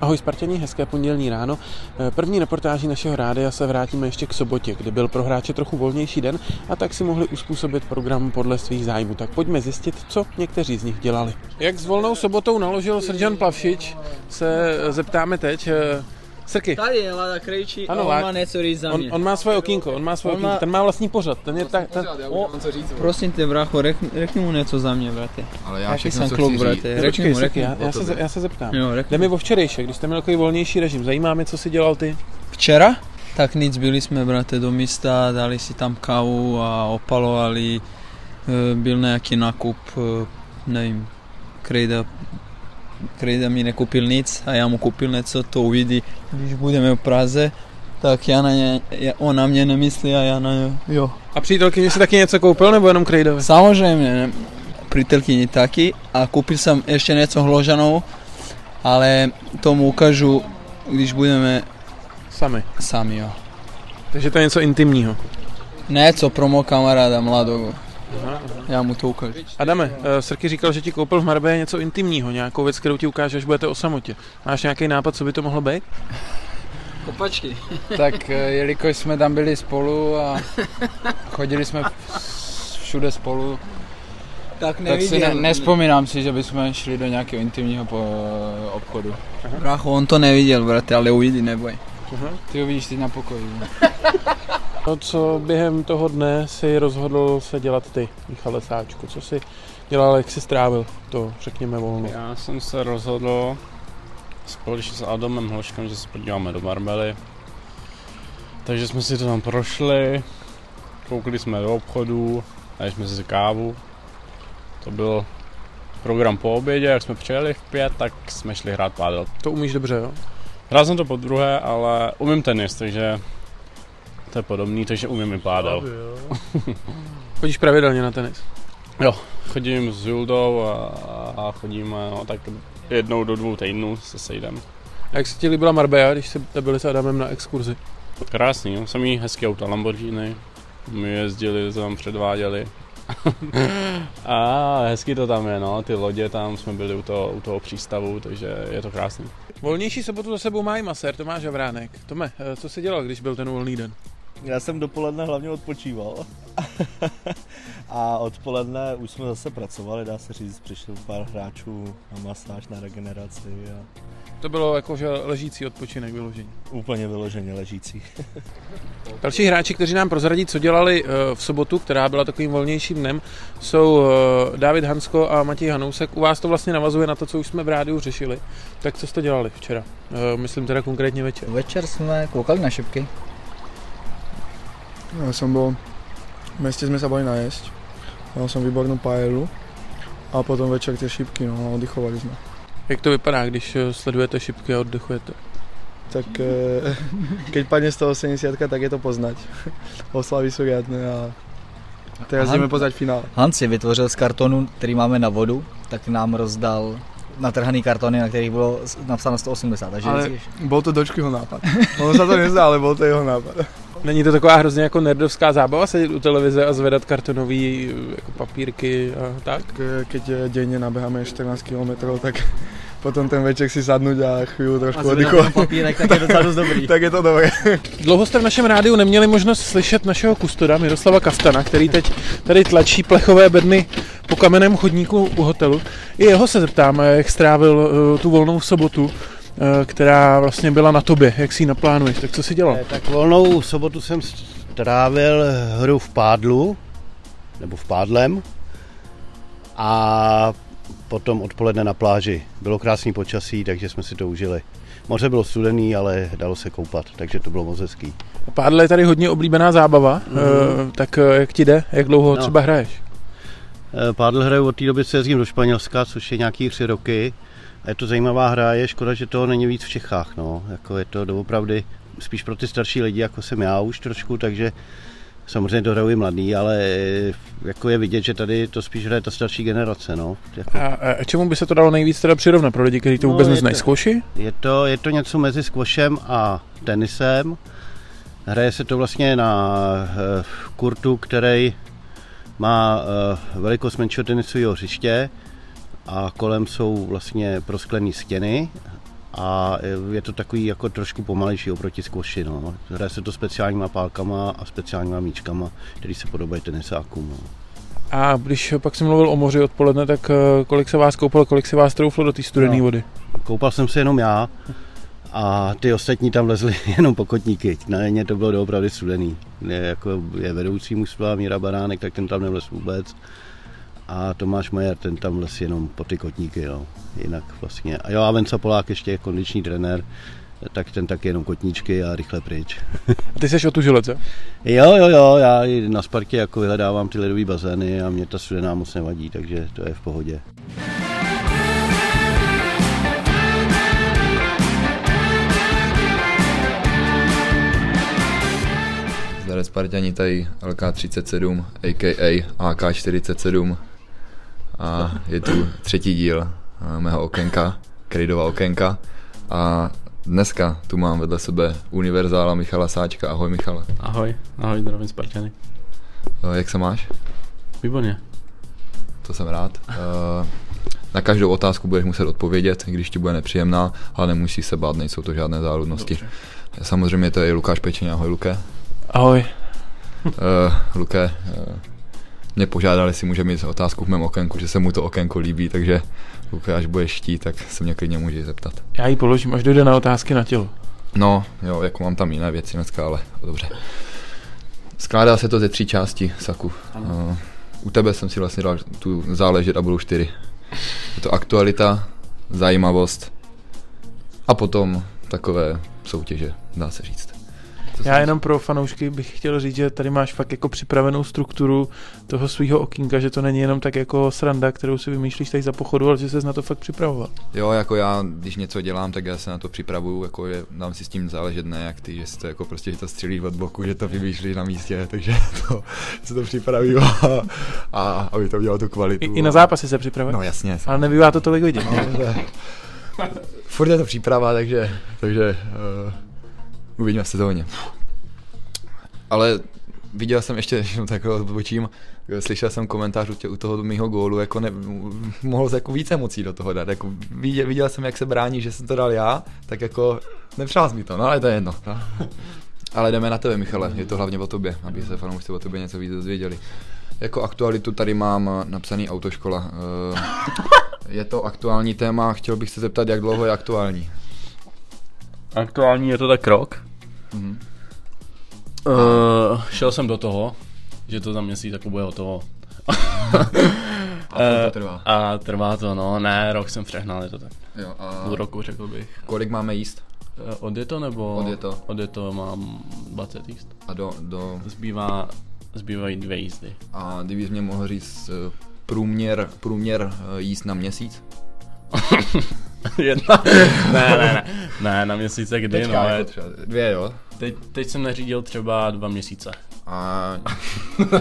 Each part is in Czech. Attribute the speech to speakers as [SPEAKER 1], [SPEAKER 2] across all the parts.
[SPEAKER 1] Ahoj Spartěni, hezké pondělní ráno. Eh, První reportáží našeho rádia se vrátíme ještě k sobotě, kdy byl pro hráče trochu volnější den a tak si mohli uspůsobit program podle svých zájmů. Tak pojďme zjistit, co někteří z nich dělali.
[SPEAKER 2] Jak s volnou sobotou naložil Srdžan Plavšič, se eh, zeptáme teď. Srky,
[SPEAKER 3] Tady je Lada Krejčí
[SPEAKER 2] Ano,
[SPEAKER 3] ano, a
[SPEAKER 2] Lád-
[SPEAKER 3] on má něco říct za
[SPEAKER 2] on,
[SPEAKER 3] mě.
[SPEAKER 2] on má svoje okýnko, on má svoje
[SPEAKER 3] On má-
[SPEAKER 2] okýnko, ten má vlastní pořad, ten je tak, ten,
[SPEAKER 4] Pořád, já už nemám co říct. vole.
[SPEAKER 3] Prosím tě, bracho, řekni, řekni mu něco za mě, brate.
[SPEAKER 4] Ale
[SPEAKER 3] Já
[SPEAKER 4] já
[SPEAKER 3] Jaký
[SPEAKER 4] všechno,
[SPEAKER 3] jsem
[SPEAKER 4] co
[SPEAKER 3] kluk,
[SPEAKER 4] chci
[SPEAKER 3] brate.
[SPEAKER 4] říct.
[SPEAKER 3] Řekni mu,
[SPEAKER 2] Počkej,
[SPEAKER 3] řekni
[SPEAKER 2] Srky,
[SPEAKER 3] mu.
[SPEAKER 2] já, já, se, ze- já se zeptám.
[SPEAKER 3] Jo,
[SPEAKER 2] Jde
[SPEAKER 3] řekni
[SPEAKER 2] mi
[SPEAKER 3] mu.
[SPEAKER 2] o včerejšek, když jste měl takový volnější režim, zajímá mě, co jsi dělal ty.
[SPEAKER 3] Včera? Tak nic, byli jsme, brate, do města, dali si tam kávu a opalovali. Eh, Byl nějaký nakup, eh, nevím, Krejda, Krejda mi nekoupil nic a já mu koupil něco, to uvidí, když budeme v Praze. Tak já na ně, já- on na mě nemyslí a já na ně, jo.
[SPEAKER 2] A přítelkyni si taky něco koupil, nebo jenom Krejdovi?
[SPEAKER 3] Samozřejmě, ne? přítelkyni taky a koupil jsem ještě něco hložanou, ale tomu ukážu, když budeme
[SPEAKER 2] Sami.
[SPEAKER 3] sami, jo.
[SPEAKER 2] Takže to je něco intimního.
[SPEAKER 3] Něco pro mého kamaráda mladého, já mu to ukážu.
[SPEAKER 2] Adame, eh, Srky říkal, že ti koupil v Marbeje něco intimního, nějakou věc, kterou ti ukáže, až budete o samotě. Máš nějaký nápad, co by to mohlo být?
[SPEAKER 3] Kopačky.
[SPEAKER 5] Tak eh, jelikož jsme tam byli spolu a chodili jsme všude spolu, tak
[SPEAKER 3] Tak
[SPEAKER 5] si
[SPEAKER 3] nevidím.
[SPEAKER 5] ne, nespomínám si, že bychom šli do nějakého intimního po, obchodu.
[SPEAKER 3] Bracho, on to neviděl, brate, ale uvidí, neboj.
[SPEAKER 5] Ty ho vidíš teď na pokoji. ne?
[SPEAKER 2] Mhm. No, co během toho dne si rozhodl se dělat ty, Michale Sáčku? Co si dělal, jak si strávil to, řekněme, volno?
[SPEAKER 6] Já jsem se rozhodl společně s Adamem Hloškem, že se podíváme do Barbely. Takže jsme si to tam prošli, koukli jsme do obchodu, dali jsme si kávu. To byl program po obědě, jak jsme přijeli v pět, tak jsme šli hrát pádel.
[SPEAKER 2] To umíš dobře, jo?
[SPEAKER 6] Hrál jsem to po druhé, ale umím tenis, takže to je podobný, takže umím i pádel.
[SPEAKER 2] Chodíš pravidelně na tenis.
[SPEAKER 6] Chodím s Juldou a, a chodíme no, tak jednou do dvou týdnů se sejdeme.
[SPEAKER 2] A jak se ti líbila Marbella, když jste byli s Adamem na exkurzi?
[SPEAKER 6] Krásný, jo. Samý hezký auta Lamborghini. My jezdili, tam předváděli. a hezky to tam je, no. Ty lodě tam jsme byli u toho, u toho přístavu, takže je to krásný.
[SPEAKER 2] Volnější sobotu za sebou má i masér Tomáš Havránek. Tome, eh, co jsi dělal, když byl ten volný den?
[SPEAKER 7] Já jsem dopoledne hlavně odpočíval a odpoledne už jsme zase pracovali, dá se říct, přišel pár hráčů na masáž, na regeneraci a
[SPEAKER 2] To bylo jakože ležící odpočinek vyložení.
[SPEAKER 7] úplně vyloženě ležící.
[SPEAKER 2] Další hráči, kteří nám prozradí, co dělali eh, v sobotu, která byla takovým volnějším dnem, jsou eh, David Hansko a Matěj Hanousek. U vás to vlastně navazuje na to, co už jsme v rádiu řešili. Tak co jste dělali včera? Eh, Myslím teda konkrétně večer.
[SPEAKER 8] Večer jsme koukali na šipky.
[SPEAKER 9] Já jsem byl, v městě jsme se bali najest, měl jsem výbornou paelu a potom večer ty šipky, no a oddychovali jsme.
[SPEAKER 2] Jak to vypadá, když eh, sledujete šipky a oddechujete?
[SPEAKER 9] Tak eh, keď padne 180, tak je to poznať. Oslavy jsou riadne a teraz
[SPEAKER 8] Aha.
[SPEAKER 9] jdeme poznať finále.
[SPEAKER 8] Hans si vytvořil z kartonu, který máme na vodu, tak nám rozdal natrhaný kartony, na kterých bylo s- napsáno 180. Takže
[SPEAKER 9] Ale-
[SPEAKER 8] Ale...
[SPEAKER 9] Bol to dočkyho nápad. Ono se to nezdá, ale bol to jeho nápad.
[SPEAKER 2] Není to taková hrozně jako nerdovská zábava sedět u televize a zvedat kartonový eh, jako papírky a tak?
[SPEAKER 9] Tak eh, keď eh, denne nabeháme 14 km, tak potom ten večer si sadnúť a chvíľu trošku oddychovat.
[SPEAKER 8] papírek, tak je docela dost dobrý.
[SPEAKER 9] Tak je to dobré.
[SPEAKER 2] Dlouho jste v našem rádiu neměli možnost slyšet našeho kustoda Miroslava Kaftana, který teď tady tlačí plechové bedny po kamenném chodníku u hotelu. I jeho se zeptáme, jak strávil eh, tu volnou sobotu, eh, která vlastně byla na tobě, jak si ji naplánuješ, tak co si dělal?
[SPEAKER 10] Eh, Tak volnou sobotu jsem strávil hru v pádlu, nebo v pádlem, a potom odpoledne na pláži. Bylo krásný počasí, takže jsme si to užili. Moře bylo studený, ale dalo se koupat, takže to bylo moc hezký.
[SPEAKER 2] Pádle je tady hodně oblíbená zábava, mm. tak eh, jak ti jde, jak dlouho no.
[SPEAKER 10] No.
[SPEAKER 2] třeba hraješ?
[SPEAKER 10] Eh, Pádl hraju od té doby, co jezdím do Španělska, což je nějaký tři roky. A je to zajímavá hra, je škoda, že toho není víc v Čechách. No. Jako je to doopravdy spíš pro ty starší lidi, jako jsem já už trošku, takže samozřejmě to hraju i mladý, ale eh, jako je vidět, že tady to spíš hraje ta starší generace. No. Jako
[SPEAKER 2] A, a čemu by se to dalo nejvíc teda přirovnat pro lidi, kteří to
[SPEAKER 10] No,
[SPEAKER 2] vůbec
[SPEAKER 10] je
[SPEAKER 2] neznají?
[SPEAKER 10] to-
[SPEAKER 2] Skoši?
[SPEAKER 10] Je to, je to něco mezi squashem a tenisem. Hraje se to vlastně na eh, kurtu, který má eh, velikost menšího tenisového hřiště a kolem jsou vlastně prosklené stěny a je to takový jako trošku pomalejší oproti skoši. No. Hraje se to speciálníma pálkama a speciálníma míčkama, které se podobají tenisákům. No.
[SPEAKER 2] A když pak jsem mluvil o moři odpoledne, tak eh, kolik se vás koupalo, kolik se vás trouflo do té studené
[SPEAKER 10] No.
[SPEAKER 2] vody?
[SPEAKER 10] Koupal jsem se jenom já a ty ostatní tam lezli jenom pokotníky. Na ně to bylo doopravdy studený. Je, jako je vedoucí mužstva Míra Baránek, tak ten tam nevlez vůbec. A Tomáš Majer, ten tam les jenom po ty kotníky, no. Jinak vlastně. A jo, a Venca Polák ještě je kondiční trenér, tak ten taky jenom kotníčky a rychle pryč.
[SPEAKER 2] A ty jsi otužilec, jo?
[SPEAKER 10] Jo, jo, jo, já i na Spartě jako vyhledávám ty ledové bazény a mě ta studená moc nevadí, takže to je v pohodě.
[SPEAKER 4] Zdare Spartani, tady LK37, a.k.a. AK47. A je tu třetí díl eh, mého okénka, Krejdova okénka. A dneska tu mám vedle sebe univerzála Michala Sáčka. Ahoj Michale.
[SPEAKER 6] Ahoj, ahoj, zdravím Spartany.
[SPEAKER 4] Eh, Jak se máš?
[SPEAKER 6] Výborně.
[SPEAKER 4] To jsem rád. Eh, Na každou otázku budeš muset odpovědět, když ti bude nepříjemná, ale nemusíš se bát, nejsou to žádné záludnosti. Samozřejmě to je i Lukáš Pečeň. Ahoj Luke.
[SPEAKER 2] Ahoj.
[SPEAKER 4] Uh, Luke, uh, mě požádali, jestli může mít otázku v mém okénku, že se mu to okénko líbí, takže Luke, až budeš štít, tak se mě klidně můžeš zeptat.
[SPEAKER 2] Já ji položím, až dojde na otázky na tělo.
[SPEAKER 4] No, jo, jako mám tam jiné věci dneska, ale dobře. Skládá se to ze tří částí, Saku. Uh, u tebe jsem si vlastně dal tu záležet a budou čtyři. Je to aktualita, zajímavost a potom takové soutěže, dá se říct.
[SPEAKER 2] Já jenom pro fanoušky bych chtěl říct, že tady máš fakt jako připravenou strukturu toho svého okýnka, že to není jenom tak jako sranda, kterou si vymýšlíš tady za pochodu, ale že ses na to fakt připravoval.
[SPEAKER 4] Jo, jako já, když něco dělám, tak já se na to připravuju, jako že dám si s tím záležet, ne jak ty, že si to jako prostě, že to střílí od boku, že to vymýšlí na místě, takže to, se to připraví a, a aby to mělo tu kvalitu.
[SPEAKER 2] I, i na zápasy se připravuješ?
[SPEAKER 4] No jasně.
[SPEAKER 2] Ale nebývá to tolik vidět.
[SPEAKER 4] Furt je to příprava, takže, takže uh, uvidíme v sezóně. Ale viděl jsem ještě, že takhle odbočím, slyšel jsem komentář u, tě, u toho mýho gólu, jako ne, mohlo se jako víc emocí do toho dát, jako viděl, viděl jsem, jak se brání, že jsem to dal já, tak jako nepřál jsi mi to, no ale to je jedno. No. Ale jdeme na tebe, Michale, je to hlavně o tobě, aby se fanoušci o tobě něco víc dozvěděli. Jako aktualitu tady mám eh, napsaný autoškola. Eh, Je to aktuální téma, chtěl bych se zeptat, jak dlouho je aktuální.
[SPEAKER 6] Aktuální je to tak rok.
[SPEAKER 4] Mhm.
[SPEAKER 6] Uh, šel jsem do toho, že to za měsíc jako bude hotovo.
[SPEAKER 4] A to
[SPEAKER 6] Eh,
[SPEAKER 4] trvá.
[SPEAKER 6] A trvá to, no, ne, rok jsem přehnal, je to tak.
[SPEAKER 4] Jo, a-
[SPEAKER 6] Půl roku, řekl bych.
[SPEAKER 4] Kolik máme jíst?
[SPEAKER 6] Eh, Od je to nebo?
[SPEAKER 4] Od je to.
[SPEAKER 6] Od je to mám 20 jíst.
[SPEAKER 4] A do, do...
[SPEAKER 6] Zbývá, zbývají dvě jízdy.
[SPEAKER 4] A kdybys mě mohl říct eh, průměr, průměr eh, jíst na měsíc?
[SPEAKER 6] Jedna? ne, ne, ne, ne, na měsíce kdy,
[SPEAKER 4] Teďka
[SPEAKER 6] no,
[SPEAKER 4] jako
[SPEAKER 6] ale-
[SPEAKER 4] třeba dvě, jo?
[SPEAKER 6] Teď, teď jsem neřídil třeba dva měsíce.
[SPEAKER 4] A,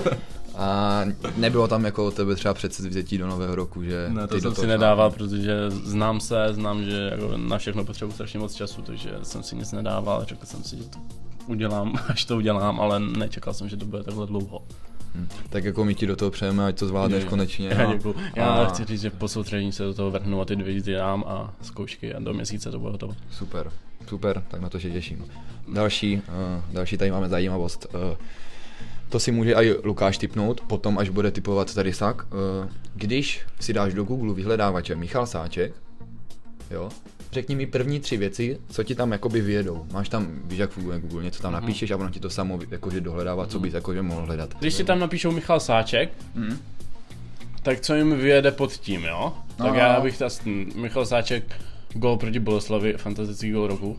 [SPEAKER 4] a nebylo tam jako od tebe třeba předsevzetí do nového roku, že...
[SPEAKER 6] Ne, to
[SPEAKER 4] ty do
[SPEAKER 6] jsem
[SPEAKER 4] toho
[SPEAKER 6] si
[SPEAKER 4] šlápneš?
[SPEAKER 6] nedával, protože znám se, znám, že jako na všechno potřebuji strašně moc času, takže jsem si nic nedával, řekl jsem si, že to udělám, až to udělám, ale nečekal jsem, že to bude takhle dlouho.
[SPEAKER 4] Hm. Tak jako my ti do toho přejeme, ať to zvládneš
[SPEAKER 6] Jo, jo.
[SPEAKER 4] konečně. no.
[SPEAKER 6] Já,
[SPEAKER 4] a-
[SPEAKER 6] děkuju. já
[SPEAKER 4] a-
[SPEAKER 6] chci říct, že po soustředění se do toho vrhnu a ty dvě jízdy dám a zkoušky a do měsíce to bude hotovo.
[SPEAKER 4] Super, super, tak na to se těším. Další, uh, další tady máme zajímavost. Uh, to si může i Lukáš typnout, potom až bude typovat tady Sak. Uh, když si dáš do Google vyhledávače Michal Sáček, jo, řekni mi první tři věci, co ti tam jakoby vyjedou. Máš tam, víš jak funguje Google, něco tam napíšeš a ono ti to samo jakože dohledává, co bys jakože mohl hledat.
[SPEAKER 6] Když si tam napíšou Michal Sáček,
[SPEAKER 4] Mhm.
[SPEAKER 6] tak co jim vyjede pod tím, jo? Tak
[SPEAKER 4] No,
[SPEAKER 6] já
[SPEAKER 4] no.
[SPEAKER 6] bych tas, Michal Sáček, gol proti Boleslavi, fantastický gol roku.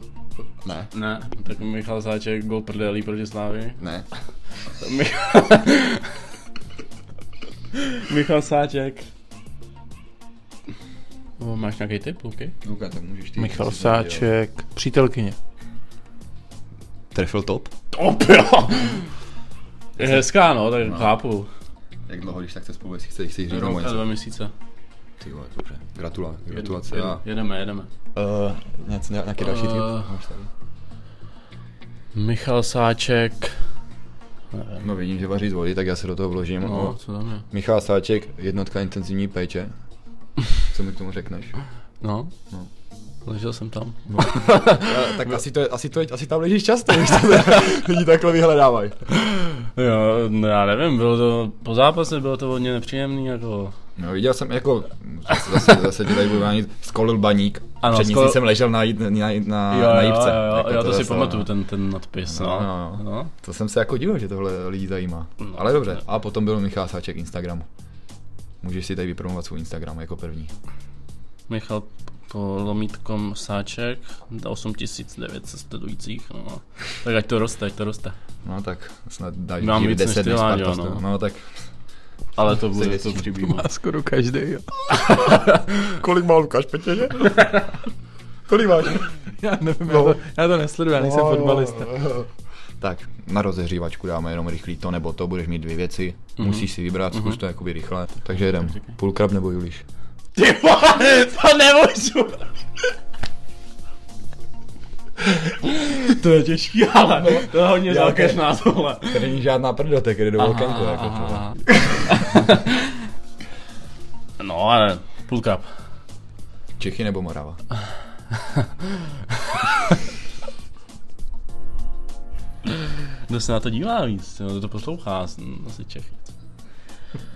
[SPEAKER 4] Ne.
[SPEAKER 6] Ne, tak Michal Sáček, gol prdelí proti Slávy.
[SPEAKER 4] Ne.
[SPEAKER 6] Mi- Michal Sáček. O, máš nějaký tip, Luky?
[SPEAKER 4] Luka, tak můžeš ty.
[SPEAKER 2] Michal
[SPEAKER 4] co jsi tam viděl.
[SPEAKER 2] Sáček, přítelkyně.
[SPEAKER 4] Trefil top?
[SPEAKER 6] Top, jo! Je hezká, no, tak no. chápu.
[SPEAKER 4] Jak dlouho, když tak se spolu, jestli chceš, chceš říct nebo
[SPEAKER 6] Rok a
[SPEAKER 4] něco.
[SPEAKER 6] dva měsíce.
[SPEAKER 4] Ty vole, dobře. Gratula, gratulace.
[SPEAKER 6] Jed-
[SPEAKER 4] a-
[SPEAKER 6] Jedeme, jedeme.
[SPEAKER 4] Uh, nějaký, nějaký další tip?
[SPEAKER 6] Eh,
[SPEAKER 4] Máš tady?
[SPEAKER 6] Michal Sáček.
[SPEAKER 4] No vidím, že vaří z vody, tak já se do toho vložím.
[SPEAKER 6] No,
[SPEAKER 4] No.
[SPEAKER 6] co tam je?
[SPEAKER 4] Michal Sáček, jednotka intenzivní péče. Co mi k tomu řekneš?
[SPEAKER 6] No.
[SPEAKER 4] No.
[SPEAKER 6] Ležel jsem tam.
[SPEAKER 4] Já- Eh, tak asi, to je, asi, to je, asi tam ležíš často, když to lidi takhle vyhledávají.
[SPEAKER 6] Jo, no já nevím, bylo to, po zápase bylo to hodně nepříjemný, jako...
[SPEAKER 4] No viděl jsem jako, zase, zase, zase tě tady budu vánit, skolil baník, ano,
[SPEAKER 6] Ano,
[SPEAKER 4] před ní
[SPEAKER 6] skolil-
[SPEAKER 4] jsem ležel na, jí- na, jí- na,
[SPEAKER 6] Jo,
[SPEAKER 4] na
[SPEAKER 6] jo,
[SPEAKER 4] jibce.
[SPEAKER 6] jo,
[SPEAKER 4] jako
[SPEAKER 6] jo, to si
[SPEAKER 4] zase-
[SPEAKER 6] pamatuju, ten- ten nadpis, no.
[SPEAKER 4] no, no.
[SPEAKER 6] no.
[SPEAKER 4] To jsem se jako divil, že tohle lidi zajímá. Ale dobře, a potom byl Michal Sáček Instagramu. Můžeš si tady vypromovat svůj Instagram jako první.
[SPEAKER 6] Michal Polomítkom Sáček, 8900 sledujících, no. Tak ať to roste, ať to roste.
[SPEAKER 4] No tak snad dáš
[SPEAKER 6] Mám
[SPEAKER 4] díl
[SPEAKER 6] víc než
[SPEAKER 4] 10
[SPEAKER 6] ty,
[SPEAKER 4] než
[SPEAKER 6] Láďo,
[SPEAKER 4] Sparta,
[SPEAKER 6] no.
[SPEAKER 4] no tak.
[SPEAKER 6] Ale to
[SPEAKER 4] Se
[SPEAKER 6] bude,
[SPEAKER 4] věsí.
[SPEAKER 6] to přibývá.
[SPEAKER 4] skoro
[SPEAKER 2] každý.
[SPEAKER 4] Kolik má Lukáš Petěže? Kolik máš?
[SPEAKER 2] Já nevím, já to, já to nesleduju, já nejsem
[SPEAKER 4] No, jo,
[SPEAKER 2] fotbalista.
[SPEAKER 4] jo. Tak, na rozehřívačku dáme jenom rychlý to nebo to, budeš mít dvě věci,
[SPEAKER 2] Mhm.
[SPEAKER 4] musíš si vybrat, zkus
[SPEAKER 2] Mhm.
[SPEAKER 4] to jakoby rychle. Takže jedem, půlkrab nebo Juliš.
[SPEAKER 6] Ty vole, to nemůžu. to je těžký, ale to je hodně zákeřná tohle.
[SPEAKER 4] To není žádná prdotek, jde do
[SPEAKER 6] Aha,
[SPEAKER 4] okénko,
[SPEAKER 6] aha,
[SPEAKER 4] jako tohle.
[SPEAKER 6] No, ale půl cup.
[SPEAKER 4] Čechy nebo Morava?
[SPEAKER 6] Kdo se na to dívá víc, jo, kdo to poslouchá, s- asi Čech.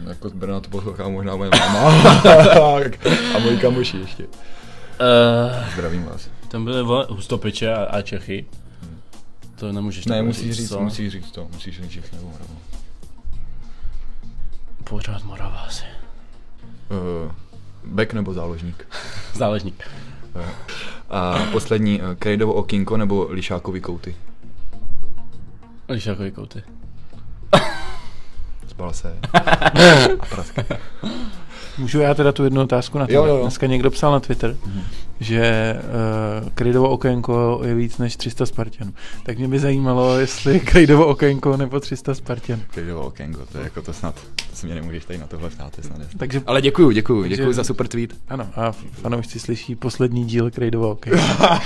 [SPEAKER 4] Jako z Brna to poslouchá možná moje máma a moji kamoši ještě.
[SPEAKER 6] Eh,
[SPEAKER 4] Zdravím vás.
[SPEAKER 6] Tam byly vole, hustopiče a, a Čechy. To nemůžeš
[SPEAKER 4] Ne,
[SPEAKER 6] takhle
[SPEAKER 4] musíš říct,
[SPEAKER 6] co?
[SPEAKER 4] musíš říct to, musíš říct Čechy nebo Morava.
[SPEAKER 6] Pořád Morava asi.
[SPEAKER 4] Eh, Back nebo záložník?
[SPEAKER 6] Záležník.
[SPEAKER 4] Eh, A poslední, eh, Krejdovo okýnko nebo Lišákovi kouty?
[SPEAKER 6] Když jako je kouty.
[SPEAKER 4] Spal se. A prasky.
[SPEAKER 2] Můžu já teda tu jednu otázku na to?
[SPEAKER 4] Jo, jo, Mhm. jo.
[SPEAKER 2] Dneska někdo psal na Twitter, že uh, Krydovo okénko je víc než 300 Spartianů. Tak mě by zajímalo, jestli Krydovo okénko nebo 300 Spartianů.
[SPEAKER 4] Krejdovo okýnko, to je jako to snad, to se mě nemůžeš tady na tohle ptát, to je snad jasné.
[SPEAKER 2] Takže,
[SPEAKER 4] Ale děkuju, děkuju, děkuju za super tweet.
[SPEAKER 2] Ano, a fanoušci slyší poslední díl Krejdova okénka.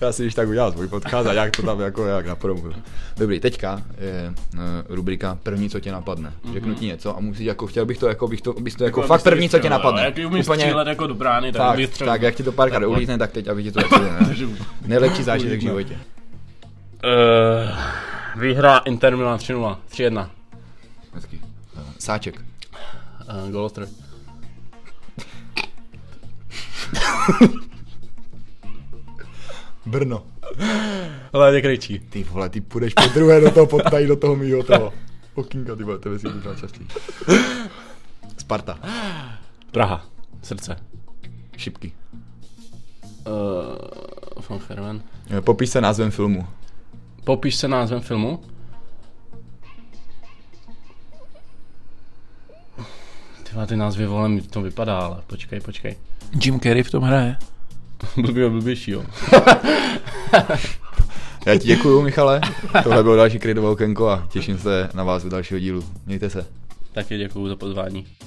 [SPEAKER 4] Já si když tak udělal svůj podcast a jak to tam jako jak napromuju. Dobrý, teďka je eh, rubrika první, co tě napadne. Řeknu ti něco a musíš jako, chtěl bych to jako, bych to, bys to Mhm. jako,
[SPEAKER 6] Jako,
[SPEAKER 4] fakt
[SPEAKER 6] abyste
[SPEAKER 4] první, co tě
[SPEAKER 6] vystřelil,
[SPEAKER 4] napadne.
[SPEAKER 6] jo. Jak umíš střílet jako do brány, tak
[SPEAKER 4] tak,
[SPEAKER 6] umíš střelit.
[SPEAKER 4] tak jak ti to párkrát
[SPEAKER 6] Tak, tak.
[SPEAKER 4] ulítne, tak teď, aby ti to jako, ne? Nejlepší zážitek v životě.
[SPEAKER 6] Uh, výhra Inter Milan 3-0, 3-1.
[SPEAKER 4] Hezký. Eh, Sáček.
[SPEAKER 6] Uh, Golostroj.
[SPEAKER 4] Brno.
[SPEAKER 6] Ale tě kričí.
[SPEAKER 4] Ty vole, ty půjdeš po druhé do toho, pod tady do toho mýho toho. Okýnka, ty vole, tebe si možná častý. Sparta.
[SPEAKER 6] Praha. Srdce.
[SPEAKER 4] Šipky.
[SPEAKER 6] Uh, von Herven.
[SPEAKER 4] Eh, Popiš se názvem filmu.
[SPEAKER 6] Popiš se názvem filmu. Tyhle ty názvy vole, mi to vypadá, ale počkej, počkej.
[SPEAKER 2] Jim Carrey v tom hraje.
[SPEAKER 6] Blbýho blbějšího.
[SPEAKER 4] Já ti děkuju, Michale. Tohle bylo další Krydovo okénko a těším se na vás u dalšího dílu. Mějte se.
[SPEAKER 6] Taky děkuju za pozvání.